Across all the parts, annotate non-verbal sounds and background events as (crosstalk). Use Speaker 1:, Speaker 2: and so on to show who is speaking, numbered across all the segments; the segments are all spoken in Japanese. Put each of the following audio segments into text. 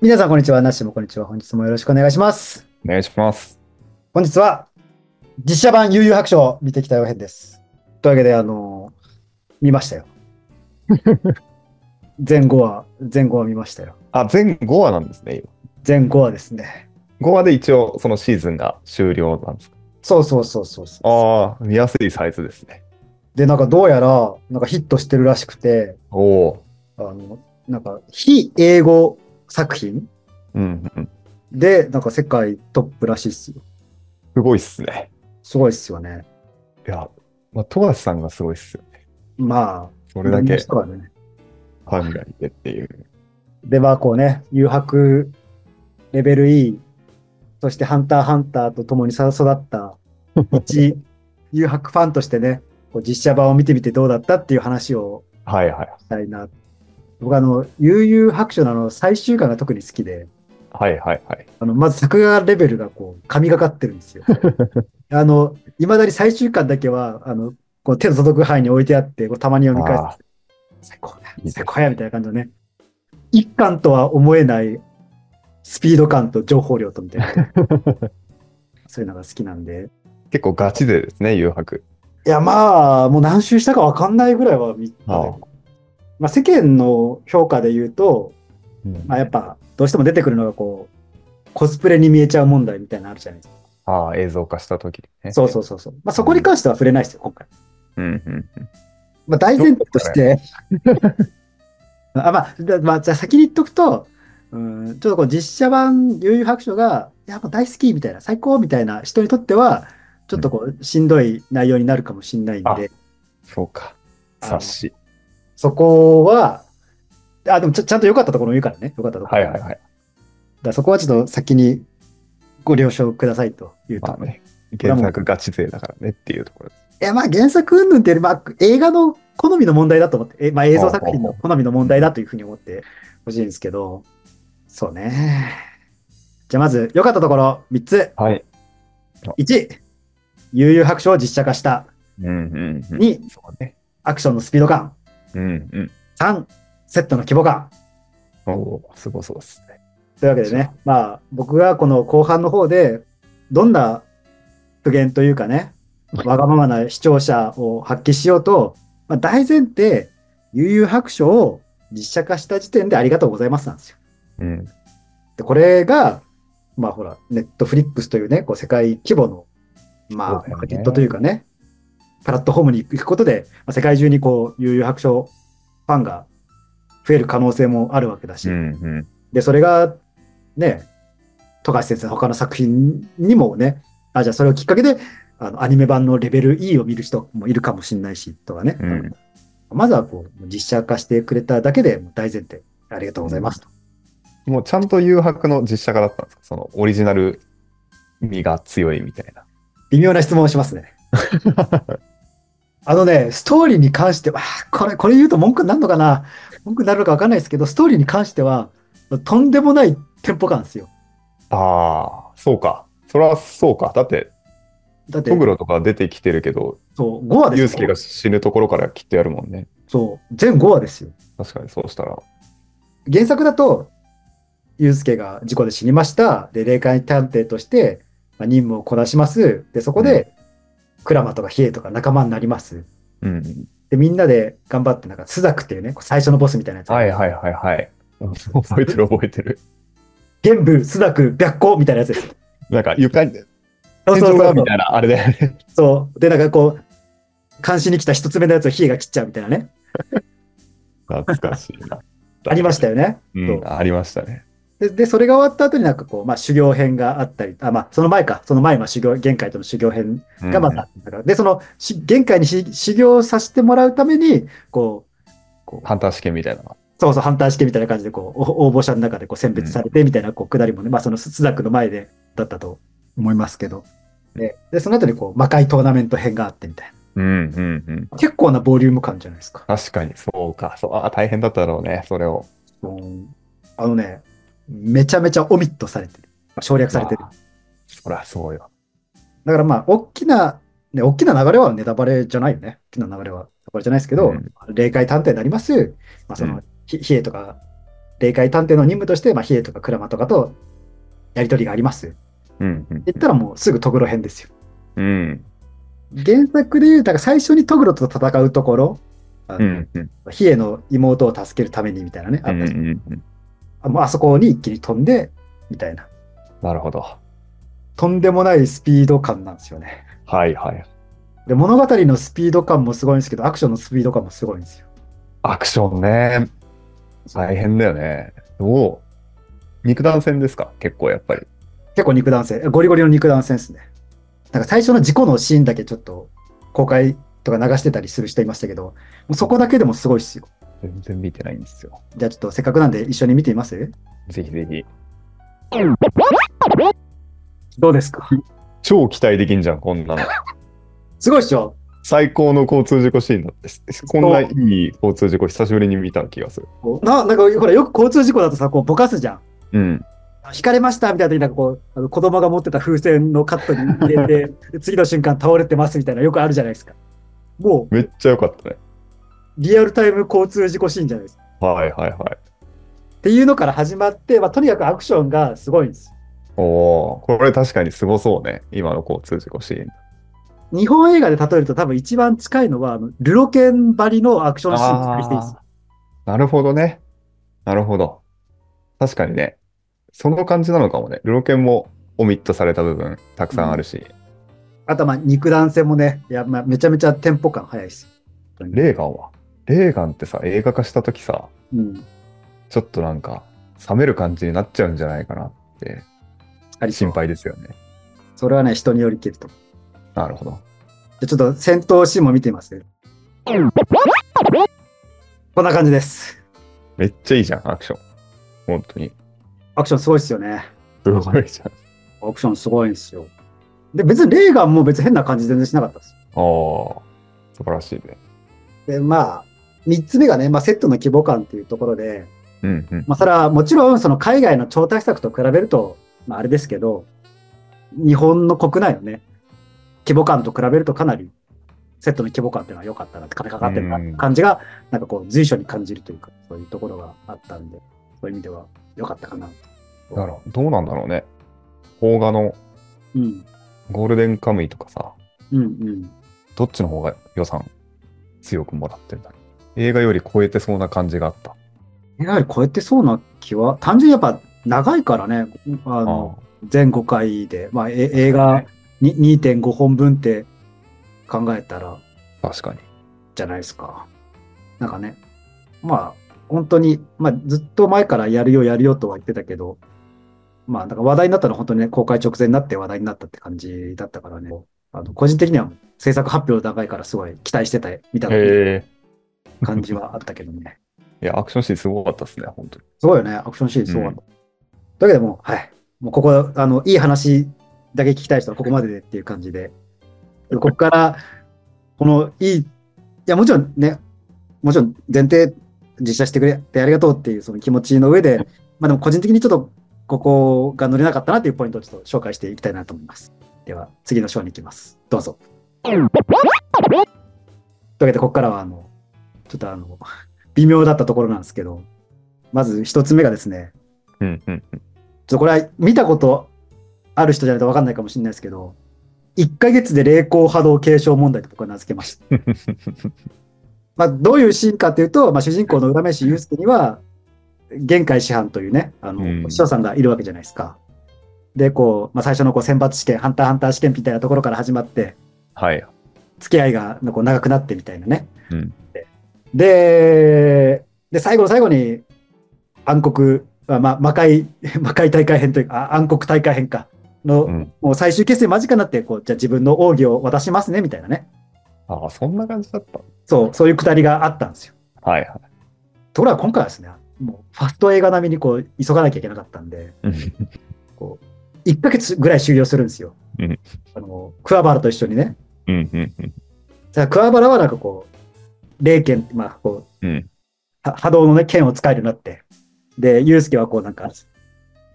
Speaker 1: 皆さん、こんにちは。なっしーもこんにちは。本日もよろしくお願いします。
Speaker 2: お願いします。
Speaker 1: 本日は、実写版悠々白書を見てきたよ編です。というわけで、あのー見ましたよ。 (laughs) 全5話、全5話見ましたよ。
Speaker 2: あ、全5話なんですね、
Speaker 1: 全5話ですね。
Speaker 2: 今。5話で一応、そのシーズンが終了なんですか。
Speaker 1: そうそうそうそうそう。
Speaker 2: ああ、見やすいサイズですね。
Speaker 1: で、なんかどうやら、なんかヒットしてるらしくて、
Speaker 2: おお。
Speaker 1: あの、なんか非英語作品
Speaker 2: うんうん。
Speaker 1: で、なんか世界トップらしいっすよ。
Speaker 2: すごいっすね。
Speaker 1: すごいっすよね。
Speaker 2: いや、まあ、富樫さんがすごいっすよね。
Speaker 1: まあ、
Speaker 2: それだけ
Speaker 1: いろんな人がね、
Speaker 2: ファンがいてっていう。
Speaker 1: で、まあこうね、誘白レベル E、そしてハンターハンターと共に育った、一、 (laughs) 誘白ファンとしてね、こう実写版を見てみてどうだったっていう話を
Speaker 2: はいはい。
Speaker 1: したいな。僕あの、悠々白書のあの最終巻が特に好きで、
Speaker 2: はいはいはい。
Speaker 1: あの、まず作画レベルがこう、神がかってるんですよ。あの、いまだに最終巻だけは、あの、こう手の届く範囲に置いてあって、こうたまに読み返す
Speaker 2: ああ、
Speaker 1: 最高
Speaker 2: いいで
Speaker 1: や、
Speaker 2: す
Speaker 1: 最高や、みたいな感じのね。一巻とは思えないスピード感と情報量とみたい
Speaker 2: (laughs)
Speaker 1: な。そういうのが好きなんで。
Speaker 2: 結構ガチ勢ですね、誘白。
Speaker 1: いや、まあ、もう何周したかわかんないぐらいは見たね、
Speaker 2: ああ
Speaker 1: まあ、世間の評価で言うと、
Speaker 2: うん
Speaker 1: まあ、やっぱ、どうしても出てくるのがこう、コスプレに見えちゃう問題みたいなのあるじゃないですか。
Speaker 2: ああ、映像化した時にね。
Speaker 1: そうそうそうそう。まあ、そこに関しては触れないですよ、今回。
Speaker 2: う。うんうんうん。
Speaker 1: まあ、大前提として、 (laughs) あまあ、だまあ、じゃあ先に言っとくと、うん、ちょっとこう実写版悠々白書が、いや、もう大好きみたいな、最高みたいな人にとっては、ちょっとこう、しんどい内容になるかもしれないん
Speaker 2: あ
Speaker 1: で、
Speaker 2: そうか。
Speaker 1: あの
Speaker 2: 察し。
Speaker 1: そこは、あ、でもちゃちゃんと良かったところも言うからね、良かったところ。
Speaker 2: はいはいはい。
Speaker 1: だからそこはちょっと先にご了承くださいというと。
Speaker 2: まあね。原作ガチ勢だからねっていうところです。
Speaker 1: いや、まあ原作云々っていうより、まあ映画の好みの問題だと思って、えまあ映像作品の好みの問題だというふうに思ってほしいんですけど、そうね。じゃあまず、良かったところ3つ。
Speaker 2: はい。
Speaker 1: 1、悠々白書を実写化した。
Speaker 2: うんうんうん。
Speaker 1: 2、
Speaker 2: そうね。
Speaker 1: アクションのスピード感。
Speaker 2: うんうん。
Speaker 1: 3、セットの規模感。
Speaker 2: おお、すごそうですね。
Speaker 1: というわけでね、まあ僕がこの後半の方で、どんな苦言というかね、わがままな視聴者を発揮しようと、まあ、大前提、悠々白書を実写化した時点でありがとうございますなんですよ。
Speaker 2: うん。
Speaker 1: で、これが、まあほら、ネットフリックスというね、こう世界規模の、ま
Speaker 2: そう
Speaker 1: あ、
Speaker 2: だよ
Speaker 1: マ
Speaker 2: ね
Speaker 1: ーケットというかね、プラットフォームに行くことで、まあ、世界中にこう、悠々白書ファンが増える可能性もあるわけだし、
Speaker 2: うん
Speaker 1: で、それが、ね、富樫先生の他の作品にもね、あ、じゃあそれをきっかけで、あの、アニメ版のレベル E を見る人もいるかもしれないし、とかね。
Speaker 2: うん。うん。
Speaker 1: まずはこう、実写化してくれただけでもう大前提、ありがとうございますと。
Speaker 2: もうちゃんと誘白の実写化だったんですかそのオリジナル味が強いみたいな。
Speaker 1: 微妙な質問をしますね。 (laughs) あのね、ストーリーに関しては、あこれ、これ言うと文句になるのかな文句になるのかわかんないですけど、ストーリーに関しては、とんでもないテンポ感ですよ。
Speaker 2: ああ、そうか。それはそうか。だって、
Speaker 1: だって
Speaker 2: ト、グロとか出てきてるけど、
Speaker 1: そう、5話です
Speaker 2: ユ
Speaker 1: よ。
Speaker 2: ウスケが死ぬところからきっとやるもんね。
Speaker 1: そう、全5話ですよ。
Speaker 2: 確かにそうしたら。
Speaker 1: 原作だと、ユうスケが事故で死にました。で、霊界探偵として、まあ、任務をこなします。で、そこで、クラマとかヒエとか仲間になります。
Speaker 2: うん。
Speaker 1: で、みんなで頑張って、なんか、スザクっていうね、こう最初のボスみたいなやつ。
Speaker 2: はいはいはいはい。うん覚えてる覚えてる。
Speaker 1: 玄武、スザク、白虎みたいなやつです。
Speaker 2: なんか床に、
Speaker 1: そう
Speaker 2: 天
Speaker 1: そうそ
Speaker 2: 井が
Speaker 1: うそ
Speaker 2: み
Speaker 1: う
Speaker 2: たいな、あれだよ (laughs) ね。
Speaker 1: そう。で、なんかこう、監視に来た一つ目のやつをヒエが切っちゃうみたいなね。
Speaker 2: 懐かしいな。
Speaker 1: ありましたよね。
Speaker 2: うん、ありましたね。
Speaker 1: で、で、それが終わった後になんかこう、まあ、修行編があったり、あ、まあ、その前か。その前は修行、玄界との修行編がま
Speaker 2: うん
Speaker 1: たあったから、で、そのし玄界にし修行させてもらうために、こう、
Speaker 2: ハンター試験みたいなのが。
Speaker 1: そうそう、ハンター試験みたいな感じで、こう、お応募者の中でこう選別されてみたいな、こう、下りもね、まあ、そのスザクの前でだったと思いますけど、で、でその後にこう、魔界トーナメント編があってみたい
Speaker 2: うんうんうん。
Speaker 1: な。結構なボリューム感じゃないですか。
Speaker 2: 確かに、そうか。そうあ大変だったろうね、それを。
Speaker 1: うんあのね、めちゃめちゃオミットされてる。省略されてる
Speaker 2: ま。あそりゃそうよ。
Speaker 1: だからまあ、大きな、ね、大きな流れはネタバレじゃないよね。大きな流れはネタバレじゃないですけど、
Speaker 2: うん
Speaker 1: 霊界探偵になります。まあ、そうの、ひヒエとか、霊界探偵の任務として、まあ、ヒエとかクラマとかとやり取りがあります。
Speaker 2: うんうん
Speaker 1: 言ったらもうすぐトグロ編ですよ。
Speaker 2: うん
Speaker 1: 原作で言う、だから最初にトグロと戦うところ、あ
Speaker 2: う
Speaker 1: の
Speaker 2: んうん
Speaker 1: ヒエの妹を助けるためにみたいなね、あ
Speaker 2: う
Speaker 1: っ
Speaker 2: ん
Speaker 1: た
Speaker 2: う
Speaker 1: じゃん
Speaker 2: んうん
Speaker 1: あもうあそこに一気に飛んで、みたいな。
Speaker 2: なるほど。は
Speaker 1: とんでもないスピード感なんですよね。
Speaker 2: いはい。
Speaker 1: で、物語のスピード感もすごいんですけど、アクションのスピード感もすごいんですよ。
Speaker 2: アクションね。大変だよね。どう肉弾戦ですか結構やっぱり。
Speaker 1: 結構肉弾戦、ゴリゴリの肉弾戦ですね。なんか最初の事故のシーンだけちょっと公開とか流してたりする人いましたけど、もうそこだけでもすごいっすよ。
Speaker 2: 全然見てないんですよ。
Speaker 1: じゃあちょっとせっかくなんで一緒に見てみます
Speaker 2: ぜひぜひ。
Speaker 1: どうですか
Speaker 2: 超期待できんじゃん、こんな (laughs) の。
Speaker 1: すごいっしょ
Speaker 2: 最高の交通事故シーンだって。こんないい交通事故久しぶりに見た気がする。
Speaker 1: こうななんかほらよく交通事故だとさ、こうぼかすじゃん。
Speaker 2: うん。
Speaker 1: 引かれましたみたいな時なんかこうあの子供が持ってた風船のカットに入れて (laughs) で次の瞬間倒れてますみたいなよくあるじゃないですかもう
Speaker 2: めっちゃ良かったね。
Speaker 1: リアルタイム交通事故シーンじゃないですか
Speaker 2: はいはいはい。
Speaker 1: っていうのから始まって、まあ、とにかくアクションがすごいんです
Speaker 2: おお、これ確かにすごそうね。今の交通事故シーン。
Speaker 1: 日本映画で例えると多分一番近いのはあのルロケンばりのアクションシーンを期待していいです
Speaker 2: あーなるほどね。なるほど。確かにね。その感じなのかもね。ルロケンもオミットされた部分たくさんあるし、
Speaker 1: あとはまあ肉弾戦もねいや、まあ、めちゃめちゃテンポ感速いです、
Speaker 2: レーガンは。レーガンってさ、映画化した時さ、
Speaker 1: うん、
Speaker 2: ちょっとなんか、冷める感じになっちゃうんじゃないかなって
Speaker 1: ありそう
Speaker 2: 心配ですよね。
Speaker 1: それはね人によりきると
Speaker 2: なるほど。
Speaker 1: じゃあちょっと戦闘シーンも見てみますこんな感じです
Speaker 2: めっちゃいいじゃん、アクション。本当に。
Speaker 1: アクションすごいですよね。
Speaker 2: すごいじゃん。
Speaker 1: アクションすごいんですよ。で、別にレーガンも別に変な感じ全然しなかったです。
Speaker 2: おー、素晴らしいね。
Speaker 1: で、まあ、3つ目がね、まあ、セットの規模感っていうところで、
Speaker 2: うんうん。
Speaker 1: まあ、それはもちろんその海外の超大作と比べると、まあ、あれですけど、日本の国内のね、規模感と比べるとかなりセットの規模感っていうのは良かったなって、金かかってるなって感じが、なんかこう随所に感じるというか、そういうところがあったんで、そういう意味では良かったかな。
Speaker 2: なるほど。どうなんだろうね。邦画の
Speaker 1: うん、
Speaker 2: ゴールデンカムイとかさ、
Speaker 1: うん、うん。
Speaker 2: どっちの方が予算強くもらってんだろう映画より超えてそうな感じがあった。
Speaker 1: やはり超えてそうな気は、単純にやっぱ長いからね、あの
Speaker 2: あ
Speaker 1: 全5回で、まあ、え映
Speaker 2: は
Speaker 1: 画
Speaker 2: い
Speaker 1: に2.5本分って考えたら
Speaker 2: あ確かに。
Speaker 1: じゃないですか。なんかね、まあ、本当に、まあ、ずっと前からやるよ、やるよとは言ってたけど、まあ、なんか話題になったのは本当にね、公開直前になって話題になったって感じだったからね、あの個人的には制作発表の段階からすごい期待してた、みたいな
Speaker 2: へえ。
Speaker 1: 感じはあったけどね。
Speaker 2: いや、アクションシーンすごかったですね、本当に。
Speaker 1: すごいよね、アクションシーンすごかった。だけどもう、はい。もうここ、あの、いい話だけ聞きたい人はここまででっていう感じで。ここから、このいい、いや、もちろんね、もちろん前提、実写してくれてありがとうっていうその気持ちの上で、まあでも個人的にちょっとここが乗れなかったなっていうポイントをちょっと紹介していきたいなと思います。では、次の章に行きます。どうぞ。というわけで、ここからは、あの、ちょっとあの、微妙だったところなんですけど、まず一つ目がですね、
Speaker 2: うん (laughs) うんうん。
Speaker 1: ちょっとこれは見たことある人じゃないと分かんないかもしれないですけど、1ヶ月で霊光波動継承問題と僕は名付けました。まあ、どういうシーンかというと、まあ、主人公の浦飯祐介には、玄海師範というね、あの、
Speaker 2: うん
Speaker 1: お師匠さんがいるわけじゃないですか。で、こう、まあ、最初のこう選抜試験、ハンターハンター試験みたいなところから始まって、
Speaker 2: はい。
Speaker 1: 付き合いがこう長くなってみたいなね。
Speaker 2: うん
Speaker 1: でで、最後の最後に暗黒、あま、魔界 (laughs) 魔界大会編というか、あ暗黒大会編か、の、
Speaker 2: うん。
Speaker 1: もう最終決戦間近になってこう、じゃあ自分の奥義を渡しますねみたいなね、
Speaker 2: ああ、そんな感じだった。
Speaker 1: そうそういうくだりがあったんですよ。
Speaker 2: はいはい。
Speaker 1: ところが今回はですね、もうファスト映画並みにこう急がなきゃいけなかったんで、
Speaker 2: うん
Speaker 1: こう1ヶ月ぐらい終了するんですよ。
Speaker 2: うん
Speaker 1: あのクワバラと一緒にね。
Speaker 2: うんうんうん。
Speaker 1: じゃあ、クワバラはなんかこう、霊剣、まあ、こう、
Speaker 2: うん
Speaker 1: は波動のね、剣を使えるようになって、で、ユウスケはこう、なんか、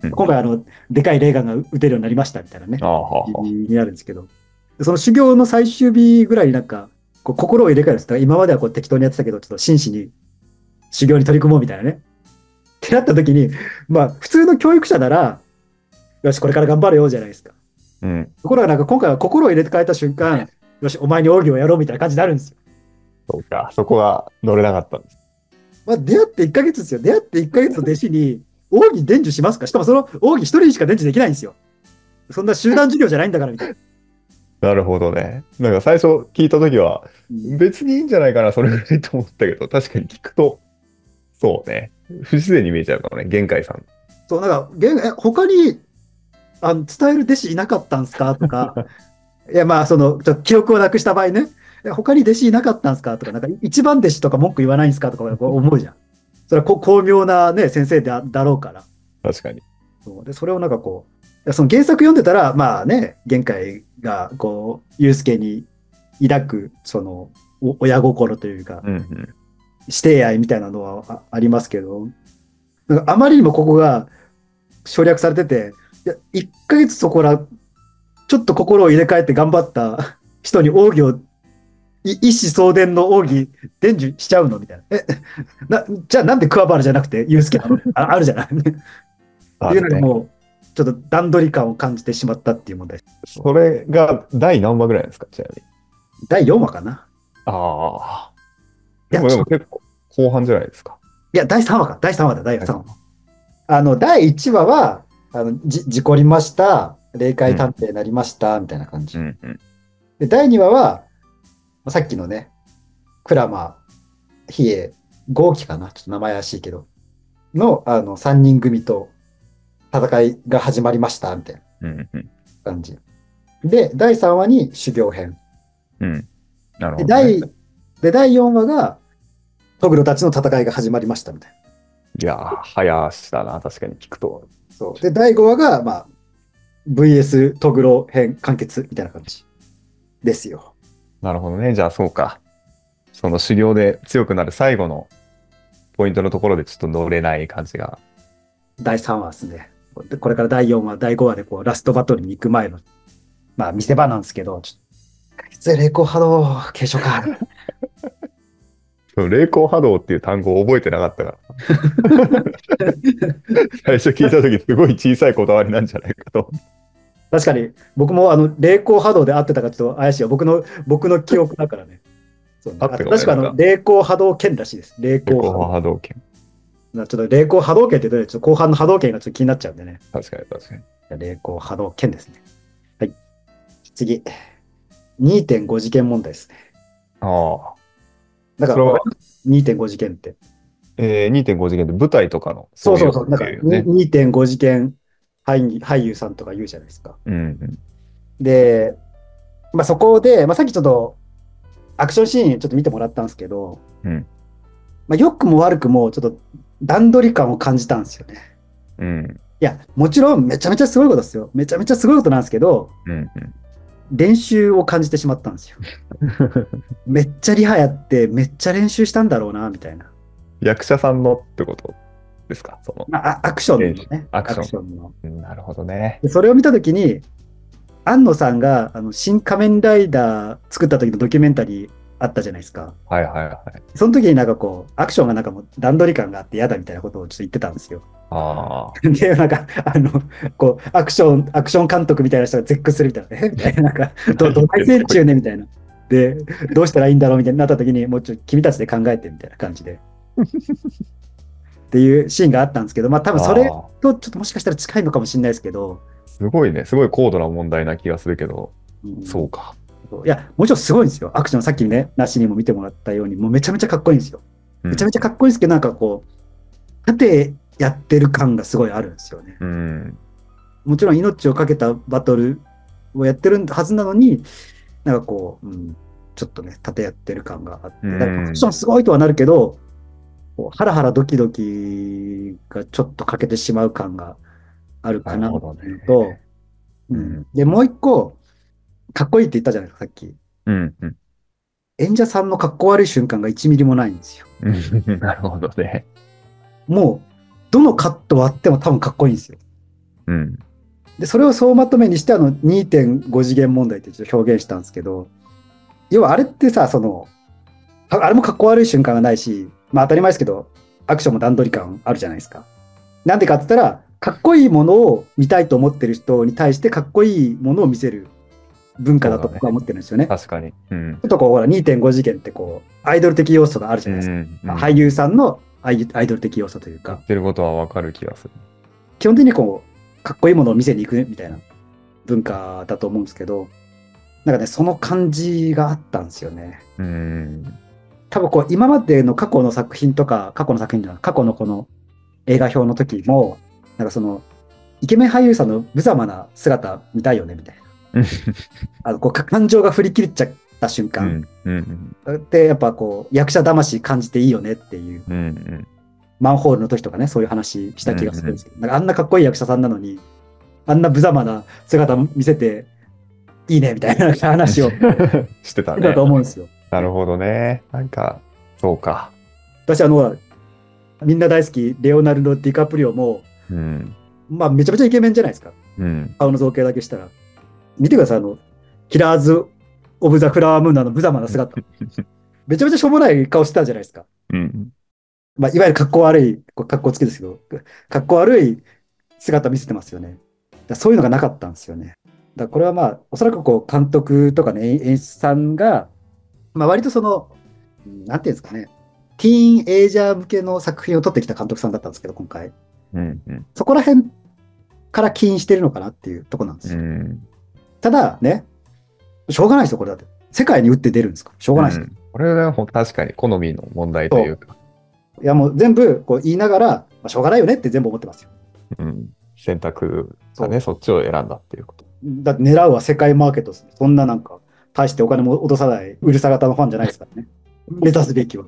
Speaker 2: うん
Speaker 1: 今回、あの、でかい霊眼が撃てるようになりましたみたいなね、
Speaker 2: ああ、はあはあ
Speaker 1: になるんですけど、その修行の最終日ぐらいになんか、こう心を入れ替えるんですだから今まではこう適当にやってたけど、ちょっと真摯に修行に取り組もうみたいなね。ってってなった時に、まあ、普通の教育者なら、よし、これから頑張るよ、じゃないですか。
Speaker 2: うん。
Speaker 1: ところがなんか今回は心を入れ替えた瞬間、よし、お前に奥義をやろうみたいな感じになるんですよ。
Speaker 2: そうか。そこが乗れなかったんです。
Speaker 1: まあ、出会って1ヶ月ですよ。出会って1ヶ月の弟子に、奥義伝授しますかしかもその奥義一人にしか伝授できないんですよ。そんな集団授業じゃないんだからみたいな。
Speaker 2: なるほどね。なんか最初聞いたときは、別にいいんじゃないかな、それぐらいと思ったけど、確かに聞くと、そうね。不自然に見えちゃうかもね、玄海さん。
Speaker 1: そう、なんか、げんえ他にあの伝える弟子いなかったんすかとか、いや、まあ、その、ちょっと記憶をなくした場合ね、え他に弟子いなかったんすかとか、なんか、一番弟子とか文句言わないんすかとかこう思うじゃん。それはこ巧妙なね、先生だだろうから。
Speaker 2: 確かに。
Speaker 1: そうで、それをなんかこう、いやその原作読んでたら、まあね、玄海が、こう、祐介に抱く、その、お親心というか、
Speaker 2: うんうん。
Speaker 1: 指定愛みたいなのはあありますけど、なんかあまりにもここが省略されてて、いや1ヶ月そこら、ちょっと心を入れ替えて頑張った人に奥義を、い一子相伝の奥義伝授しちゃうのみたいな。え、な、じゃあなんで桑原じゃなくて、祐介なのああるじゃないって
Speaker 2: あ
Speaker 1: いうの
Speaker 2: る
Speaker 1: に
Speaker 2: ね、
Speaker 1: もう、ちょっと段取り感を感じてしまったっていう問題。
Speaker 2: それが第何話ぐらいなんですか、ちなみに。
Speaker 1: 第4話かな
Speaker 2: ああ。
Speaker 1: い
Speaker 2: で
Speaker 1: や
Speaker 2: もで
Speaker 1: ちょ
Speaker 2: も
Speaker 1: っ
Speaker 2: 結構後半じゃないですか。
Speaker 1: いや、第3話か、第3話だ、第3話。あの、第1話は、あの、じ、事故りました、霊界探偵になりました、みたいな感じ。
Speaker 2: うんうん。
Speaker 1: で、第2話は、まあさっきのね、クラマ、ヒエ、ゴーキかな、ちょっと名前らしいけど、の、あの、3人組と戦いが始まりました、みたいな
Speaker 2: うんうん。
Speaker 1: 感じ。で、第3話に修行編。
Speaker 2: うん。なるほ
Speaker 1: で、
Speaker 2: ど、ね。
Speaker 1: 第、で、第4話が、トグロたちの戦いが始まりました、みたいな。
Speaker 2: いやー、早足だな、確かに聞くと。
Speaker 1: そう。で、第5話が、まあ、VS トグロ編完結みたいな感じですよ。
Speaker 2: なるほどね。じゃあ、そうか。その修行で強くなる最後のポイントのところでちょっと乗れない感じが。
Speaker 1: 第3話ですね。でこれから第4話、第5話でこうラストバトルに行く前の、まあ、見せ場なんですけど、ちょっと、月霊光波動、継承か。
Speaker 2: でも霊光波動っていう単語を覚えてなかったから。
Speaker 1: (laughs)
Speaker 2: 最初聞いたとき、すごい小さいこだわりなんじゃないかと。
Speaker 1: 確かに、僕もあの霊光波動で合ってたかちょっと怪しいよ。僕の、僕の記憶だからね。そうね
Speaker 2: 合ってる
Speaker 1: 確かあの霊光波動圏らしいです。霊
Speaker 2: 霊
Speaker 1: 光波
Speaker 2: 光
Speaker 1: 動。
Speaker 2: 波動圏。
Speaker 1: なちょっと霊光波動圏って言うとね、ちょっと後半の波動圏がちょっと気になっちゃうんでね。
Speaker 2: 確かに、確かに。
Speaker 1: 霊光波動圏ですね。はい。次。2.5次元問題ですね。
Speaker 2: ああ。
Speaker 1: だか
Speaker 2: それ
Speaker 1: ら
Speaker 2: は、
Speaker 1: 2.5次元って。
Speaker 2: えー、2.5次元で舞台とかの。
Speaker 1: そうそうそう。
Speaker 2: い
Speaker 1: だ
Speaker 2: の
Speaker 1: か
Speaker 2: ってい
Speaker 1: ら、
Speaker 2: よね。
Speaker 1: 2.5次元俳優俳優さんとか言うじゃないですか。
Speaker 2: うんうん。
Speaker 1: で、まあ、そこで、まあ、さっきちょっと、アクションシーンちょっと見てもらったんですけど、
Speaker 2: うん
Speaker 1: まあ、良くも悪くも、ちょっと段取り感を感じたんですよね。
Speaker 2: うん。
Speaker 1: いや、もちろん、めちゃめちゃすごいことですよ。めちゃめちゃすごいことなんですけど、
Speaker 2: うん
Speaker 1: 練習を感じてしまったんです
Speaker 2: (laughs)
Speaker 1: よ。
Speaker 2: うん。
Speaker 1: めっちゃリハやって、めっちゃ練習したんだろうな、みたいな。
Speaker 2: 役者さんのってことですかその。
Speaker 1: まああ、アクションのね。
Speaker 2: アクション
Speaker 1: の。
Speaker 2: うんなるほどね。
Speaker 1: でそれを見たときに、安野さんが、あの、新仮面ライダー作った時のドキュメンタリーあったじゃないですか。
Speaker 2: はいはいはい。
Speaker 1: その時になんかこう、アクションがなんかもう段取り感があって嫌だみたいなことをちょっと言ってたんですよ。
Speaker 2: ああ。
Speaker 1: で、なんか、あの、こう、アクション、アクション監督みたいな人が絶句するみたいな、えみたいな、なんか、 (laughs) ど、
Speaker 2: (laughs)
Speaker 1: どないせんちゅうねみたいな。で、どうしたらいいんだろうみたいになった時に、もうちょっと君たちで考えてみたいな感じで。っていうシーンがあったんですけど、まあ多分それ
Speaker 2: あー
Speaker 1: とちょっともしかしたら近いのかもしれないですけど、
Speaker 2: すごいね。すごい高度な問題な気がするけど、
Speaker 1: うん
Speaker 2: そうか。
Speaker 1: いや、もちろんすごいんですよ。アクション、さっきね、なしにも見てもらったように、もうめちゃめちゃかっこいいんですよ。めちゃめちゃかっこいいんですけど、なんかこう、縦やってる感がすごいあるんですよね。
Speaker 2: うん。
Speaker 1: もちろん命をかけたバトルをやってるはずなのに、なんかこう、うん、ちょっとね、縦やってる感があって、
Speaker 2: うん
Speaker 1: だからアクションすごいとはなるけど、こうハラハラドキドキがちょっと欠けてしまう感があるかなっていうの
Speaker 2: なるほ
Speaker 1: と
Speaker 2: どね、
Speaker 1: う
Speaker 2: うん
Speaker 1: ん、で、もう一個、かっこいいって言ったじゃないですか、さっき。
Speaker 2: うん。うん。
Speaker 1: 演者さんの格好悪い瞬間が1ミリもないんですよ。
Speaker 2: うん (laughs) なるほどね。
Speaker 1: もう、どのカット割っても多分かっこいいんですよ。
Speaker 2: うん。
Speaker 1: で、それを総まとめにして、あの、2.5次元問題ってちょっと表現したんですけど、要はあれってさ、その、ああれもかっこ悪い瞬間がないし、まあ当たり前ですけど、アクションも段取り感あるじゃないですか。なんでかって言ったら、かっこいいものを見たいと思ってる人に対して、かっこいいものを見せる文化だと僕は思ってるんですよね。
Speaker 2: 確かに。うん。
Speaker 1: ちょっとこう、ほら、2.5次元ってこう、アイドル的要素があるじ
Speaker 2: う
Speaker 1: ゃないですか。
Speaker 2: ん。
Speaker 1: まあ、俳優さんのアイアイドル的要素という
Speaker 2: 言
Speaker 1: か
Speaker 2: っ、てることはわかる気がする。
Speaker 1: 基本的にこう、かっこいいものを見せに行くみたいな文化だと思うんですけど、なんかね、その感じがあったんですよね。
Speaker 2: うん。
Speaker 1: 多分こう今までの過去の作品とか過去の作品じゃない過去のこの映画表の時もなんかそのイケメン俳優さんの無様な姿見たいよねみたいな
Speaker 2: (laughs) うん
Speaker 1: あのこうか感情が振り切っちゃった瞬
Speaker 2: う
Speaker 1: 間
Speaker 2: ん。うん。
Speaker 1: でやっぱこう役者魂感じていいよねっていう
Speaker 2: うん。うん。
Speaker 1: マンホールの時とかねそういう話した気がするんですけど、なんかあんなかっこいい役者さんなのにあんな無様な姿見せていいねみたいな話を
Speaker 2: してた
Speaker 1: だ
Speaker 2: ね
Speaker 1: と。思うん (laughs) ですよ。
Speaker 2: なるほどね。なんか、そうか。
Speaker 1: 私あのみんな大好きレオナルド・ディカプリオも
Speaker 2: うん。
Speaker 1: まあ、めちゃめちゃイケメンじゃないですか。
Speaker 2: うん。
Speaker 1: 顔の造形だけしたら。見てください、あの、キラーズ・オブ・ザ・フラワームーンのあの無様な (laughs) 姿。めちゃめちゃしょうもない顔してたじゃないですか。
Speaker 2: うん。
Speaker 1: まあ、いわゆる格好悪い、こう格好つけですけど、格好悪い姿見せてますよね。だからそういうのがなかったんですよね。だからこれはまあ、おそらくこう、監督とかね、演演出さんが、まあ、割とその、うんなんていうんですかね、ティーンエイジャー向けの作品を撮ってきた監督さんだったんですけど、今回。
Speaker 2: うん。うん
Speaker 1: そこら辺から起因してるのかなっていうとこなんです
Speaker 2: う
Speaker 1: よ。
Speaker 2: ん。
Speaker 1: ただね、しょうがないですよ、これだって。世界に打って出るんですからしょうがないですよ。
Speaker 2: うんこれはほん確かに好みの問題というか、
Speaker 1: いや、もう全部こう言いながら、まあ、しょうがないよねって全部思ってますよ。
Speaker 2: うん、選択がね、そっちを選んだっていうこと。
Speaker 1: だって狙うは世界マーケットです、そんななんか、大してお金も落とさない、うるさ型のファンじゃないですからね。目指すべきは。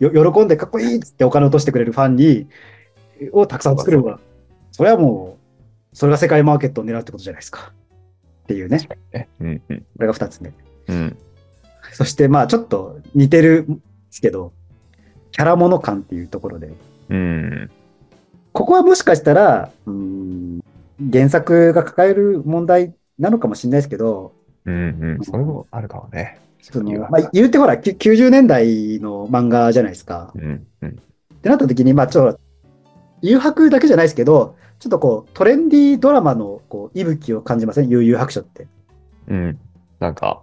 Speaker 1: よ喜んでかっこいいっつってお金落としてくれるファンに、をたくさん作るのが、それはもう、それが世界マーケットを狙うってことじゃないですか。っていうね、こ
Speaker 2: ねうんうん
Speaker 1: れが2つ目。
Speaker 2: うん
Speaker 1: そしてまあちょっと似てるんですけど、キャラもの感っていうところで、
Speaker 2: うん
Speaker 1: ここはもしかしたら、うーん、原作が抱える問題なのかもしれないですけど、
Speaker 2: うんうんそれもあるかもね。
Speaker 1: その
Speaker 2: 理由が
Speaker 1: まあ、言うてほら、きゅ90年代の漫画じゃないですか。
Speaker 2: うんうん
Speaker 1: ってなった時に、まあちょっと、誘白だけじゃないですけど、ちょっとこう、トレンディードラマのこう息吹を感じません悠々白書って。
Speaker 2: うんなんか、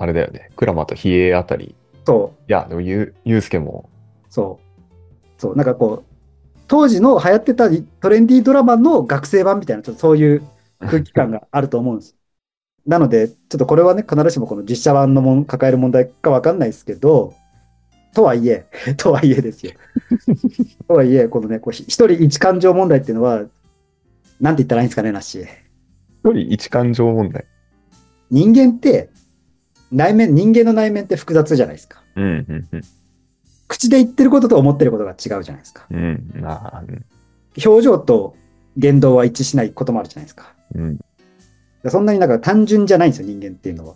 Speaker 2: あれだよね、クラマと比叡あたり、
Speaker 1: そう。
Speaker 2: いや、でもゆゆうすけも、
Speaker 1: そう。そう、なんかこう、当時の流行ってたトレンディードラマの学生版みたいな、ちょっとそういう空気感があると思うんです。 (laughs) なので、ちょっとこれはね、必ずしもこの実写版のもん抱える問題かわかんないですけど、とはいえ、 (laughs) とはいえですよ。とはいえ、このね、こうひ一人一感情問題っていうのは、なんて言ったらいいんですかね、なし。
Speaker 2: 一人一感情問題。
Speaker 1: 人間って、内面、人間の内面って複雑じゃないですか。
Speaker 2: うんうんうん
Speaker 1: 口で言ってることと思ってることが違うじゃないですか。
Speaker 2: うんまあうん
Speaker 1: 表情と言動は一致しないこともあるじゃないですか。
Speaker 2: うん
Speaker 1: そんなになんか単純じゃないんですよ、人間っていうのは。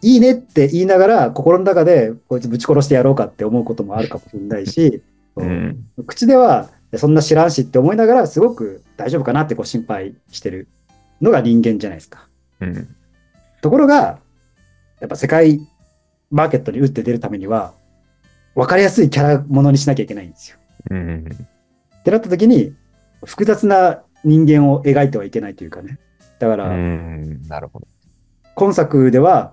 Speaker 1: いいねって言いながら、心の中で、こいつぶち殺してやろうかって思うこともあるかもしれないし、
Speaker 2: うん
Speaker 1: 口では、そんな知らんしって思いながら、すごく大丈夫かなってこう心配してるのが人間じゃないですか。
Speaker 2: うん
Speaker 1: ところが、やっぱ世界マーケットに打って出るためには、分かりやすいキャラものにしなきゃいけないんですよ。
Speaker 2: うん
Speaker 1: ってなった時に複雑な人間を描いてはいけないというかねだか
Speaker 2: う
Speaker 1: ら、
Speaker 2: んなるほど。
Speaker 1: 今作では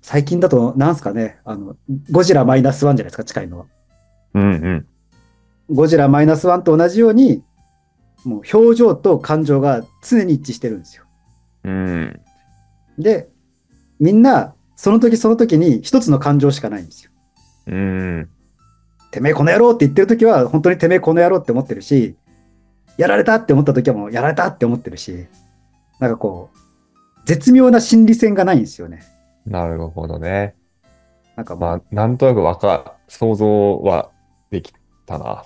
Speaker 1: 最近だとなんすかねあのゴジラマイナスワンじゃないですか近いのは
Speaker 2: うんうん
Speaker 1: ゴジラマイナスワンと同じようにもう表情と感情が常に一致してるんですよ
Speaker 2: うん
Speaker 1: でみんなその時その時に一つの感情しかないんですよ
Speaker 2: うん
Speaker 1: てめえこの野郎って言ってる時は本当にてめえこの野郎って思ってるし、やられたって思った時はもうやられたって思ってるし、なんかこう、絶妙な心理戦がないんですよね。
Speaker 2: なるほどね。
Speaker 1: なんかまあ、
Speaker 2: まあ、なんとなくわか、想像はできたな。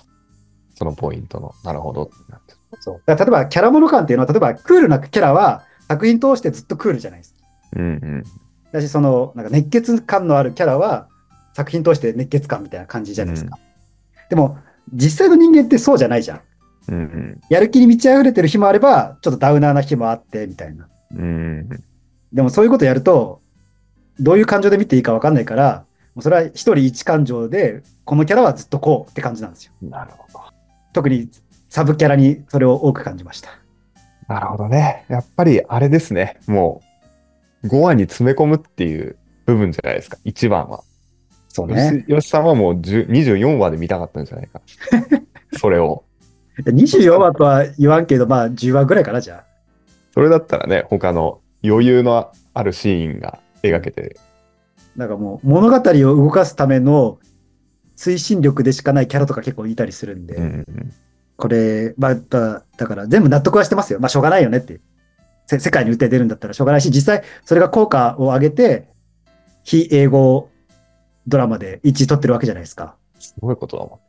Speaker 2: そのポイントの。なるほどってなってる。
Speaker 1: そう。だから例えばキャラもの感っていうのは、例えばクールなキャラは作品通してずっとクールじゃないですか。
Speaker 2: うん
Speaker 1: だし、その、なんか熱血感のあるキャラは作品通して熱血感みたいな感じじゃないですか。でも、実際の人間ってそうじゃないじゃん。
Speaker 2: うん。うん
Speaker 1: やる気に満ち溢れてる日もあれば、ちょっとダウナーな日もあって、みたいな。
Speaker 2: うん。うん
Speaker 1: でもそういうことやると、どういう感情で見ていいか分かんないから、もうそれは一人一感情で、このキャラはずっとこうって感じなんですよ。
Speaker 2: うん。なるほど。
Speaker 1: 特にサブキャラにそれを多く感じました。
Speaker 2: なるほどね。やっぱりあれですね。もう、5話に詰め込むっていう部分じゃないですか。一番は。
Speaker 1: そうね。
Speaker 2: 吉吉さんはもう10 24話で見たかったんじゃないか。それを。
Speaker 1: 24話とは言わんけど、まあ10話ぐらいかな、じゃ
Speaker 2: それだったらね、他の余裕のあるシーンが描けて、
Speaker 1: あ。なんかもう物語を動かすための推進力でしかないキャラとか結構いたりするんで、
Speaker 2: うんうんうん
Speaker 1: これ、まあ、だだから全部納得はしてますよ。まあしょうがないよねっていう。せ世界に打って出るんだったらしょうがないし、実際それが効果を上げて、非英語ドラマで1位取ってるわけじゃないですか。
Speaker 2: すごいことだも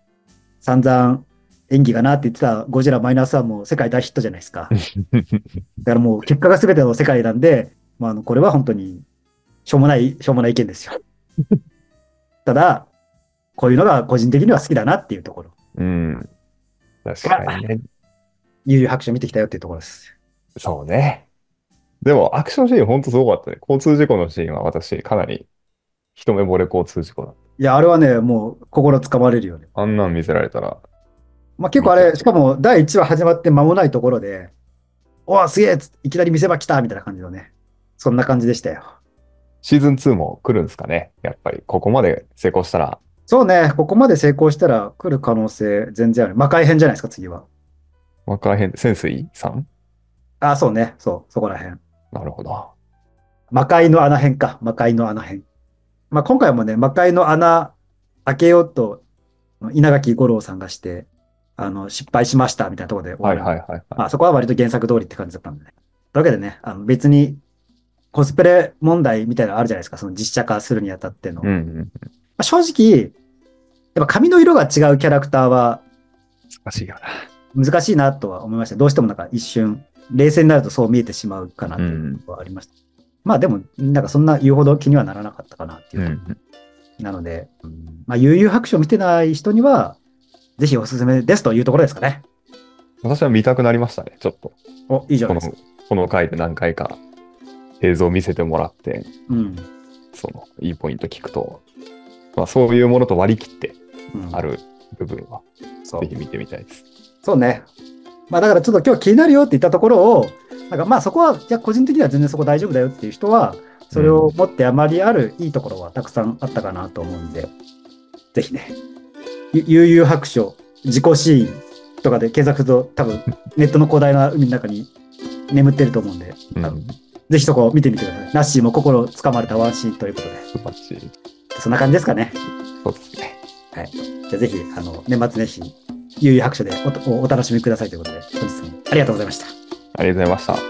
Speaker 1: 散々演技がなって言ってたゴジラマイナスはもう世界大ヒットじゃないですか。
Speaker 2: ん。
Speaker 1: だからもう結果が全ての世界なんで、まあ、あのこれは本当にしょうもない、しょうもない意見ですよ。ただ、こういうのが個人的には好きだなっていうところ。
Speaker 2: うん。確かにね。
Speaker 1: 悠々白書見てきたよっていうところです。
Speaker 2: そうね。でも、アクションシーン、ほんとすごかったね。交通事故のシーンは私、かなり一目惚れ交通事故だ。
Speaker 1: いや、あれはね、もう心つかまれるよね。
Speaker 2: あんなん見せられたら、
Speaker 1: まあ、結構あれ、しかも第1話始まって間もないところで、おお、すげえっつっていきなり見せ場来たみたいな感じのね。そんな感じでしたよ。
Speaker 2: シーズン2も来るんですかね。やっぱり、ここまで成功したら、
Speaker 1: そうね、ここまで成功したら来る可能性全然ある。魔界編じゃないですか、次は。
Speaker 2: 魔界編、潜水さん
Speaker 1: あ、そうね、そう、そこら辺。
Speaker 2: なるほど。
Speaker 1: 魔界の穴編か。魔界の穴編。まあ、今回もね、魔界の穴開けようと、稲垣吾郎さんがして、あの、失敗しましたみたいなところで終わ
Speaker 2: はい
Speaker 1: る、
Speaker 2: はいはい、はい。
Speaker 1: まあ、そこは割と原作通りって感じだったんでね。というわけでね、あの別にコスプレ問題みたいなのあるじゃないですか、その実写化するにあたっての。
Speaker 2: うん
Speaker 1: ま
Speaker 2: うん。
Speaker 1: あ、正直、やっぱ髪の色が違うキャラクターは
Speaker 2: 難しいよ
Speaker 1: 難しいなとは思いました。どうしてもなんか一瞬、冷静になるとそう見えてしまうかな
Speaker 2: な。
Speaker 1: と
Speaker 2: う
Speaker 1: いう。
Speaker 2: ん。
Speaker 1: はありました。まあでも、なんかそんな言うほど気にはならなかったかなっていうう、
Speaker 2: ん、
Speaker 1: なので、うんまあ、悠々白書を見てない人には、ぜひおすすめですというところですかね。
Speaker 2: 私は見たくなりましたね、ちょっと。
Speaker 1: お、いいじゃな
Speaker 2: こ
Speaker 1: い
Speaker 2: の
Speaker 1: ですか。、
Speaker 2: この回で何回か映像を見せてもらって、
Speaker 1: うん。
Speaker 2: その、いいポイント聞くと、まあ、そういうものと割り切って
Speaker 1: うん
Speaker 2: あ。る部分は、
Speaker 1: そう
Speaker 2: ぜひ見てみたいです。
Speaker 1: そうね。まあだからちょっと今日気になるよって言ったところを、なんかまあそこは、いや個人的には全然そこ大丈夫だよっていう人は、それを持ってあまりあるいいところはたくさんあったかなと思うんで、ぜひね、ゆ悠々白書、自己シーンとかで検索すると多分ネットの広大な海の中に眠ってると思うんで、
Speaker 2: う
Speaker 1: あの
Speaker 2: ん、
Speaker 1: ぜひそこを見てみてください。ナッシーも心をつかまれたワンシーンということで、
Speaker 2: 素晴らしい。
Speaker 1: そんな感じですかね。
Speaker 2: そうですね。
Speaker 1: じゃあぜひ、あの、年末年始、悠々白書でおおお楽しみくださいということで、本日もありがとうございました。
Speaker 2: ありがとうございました。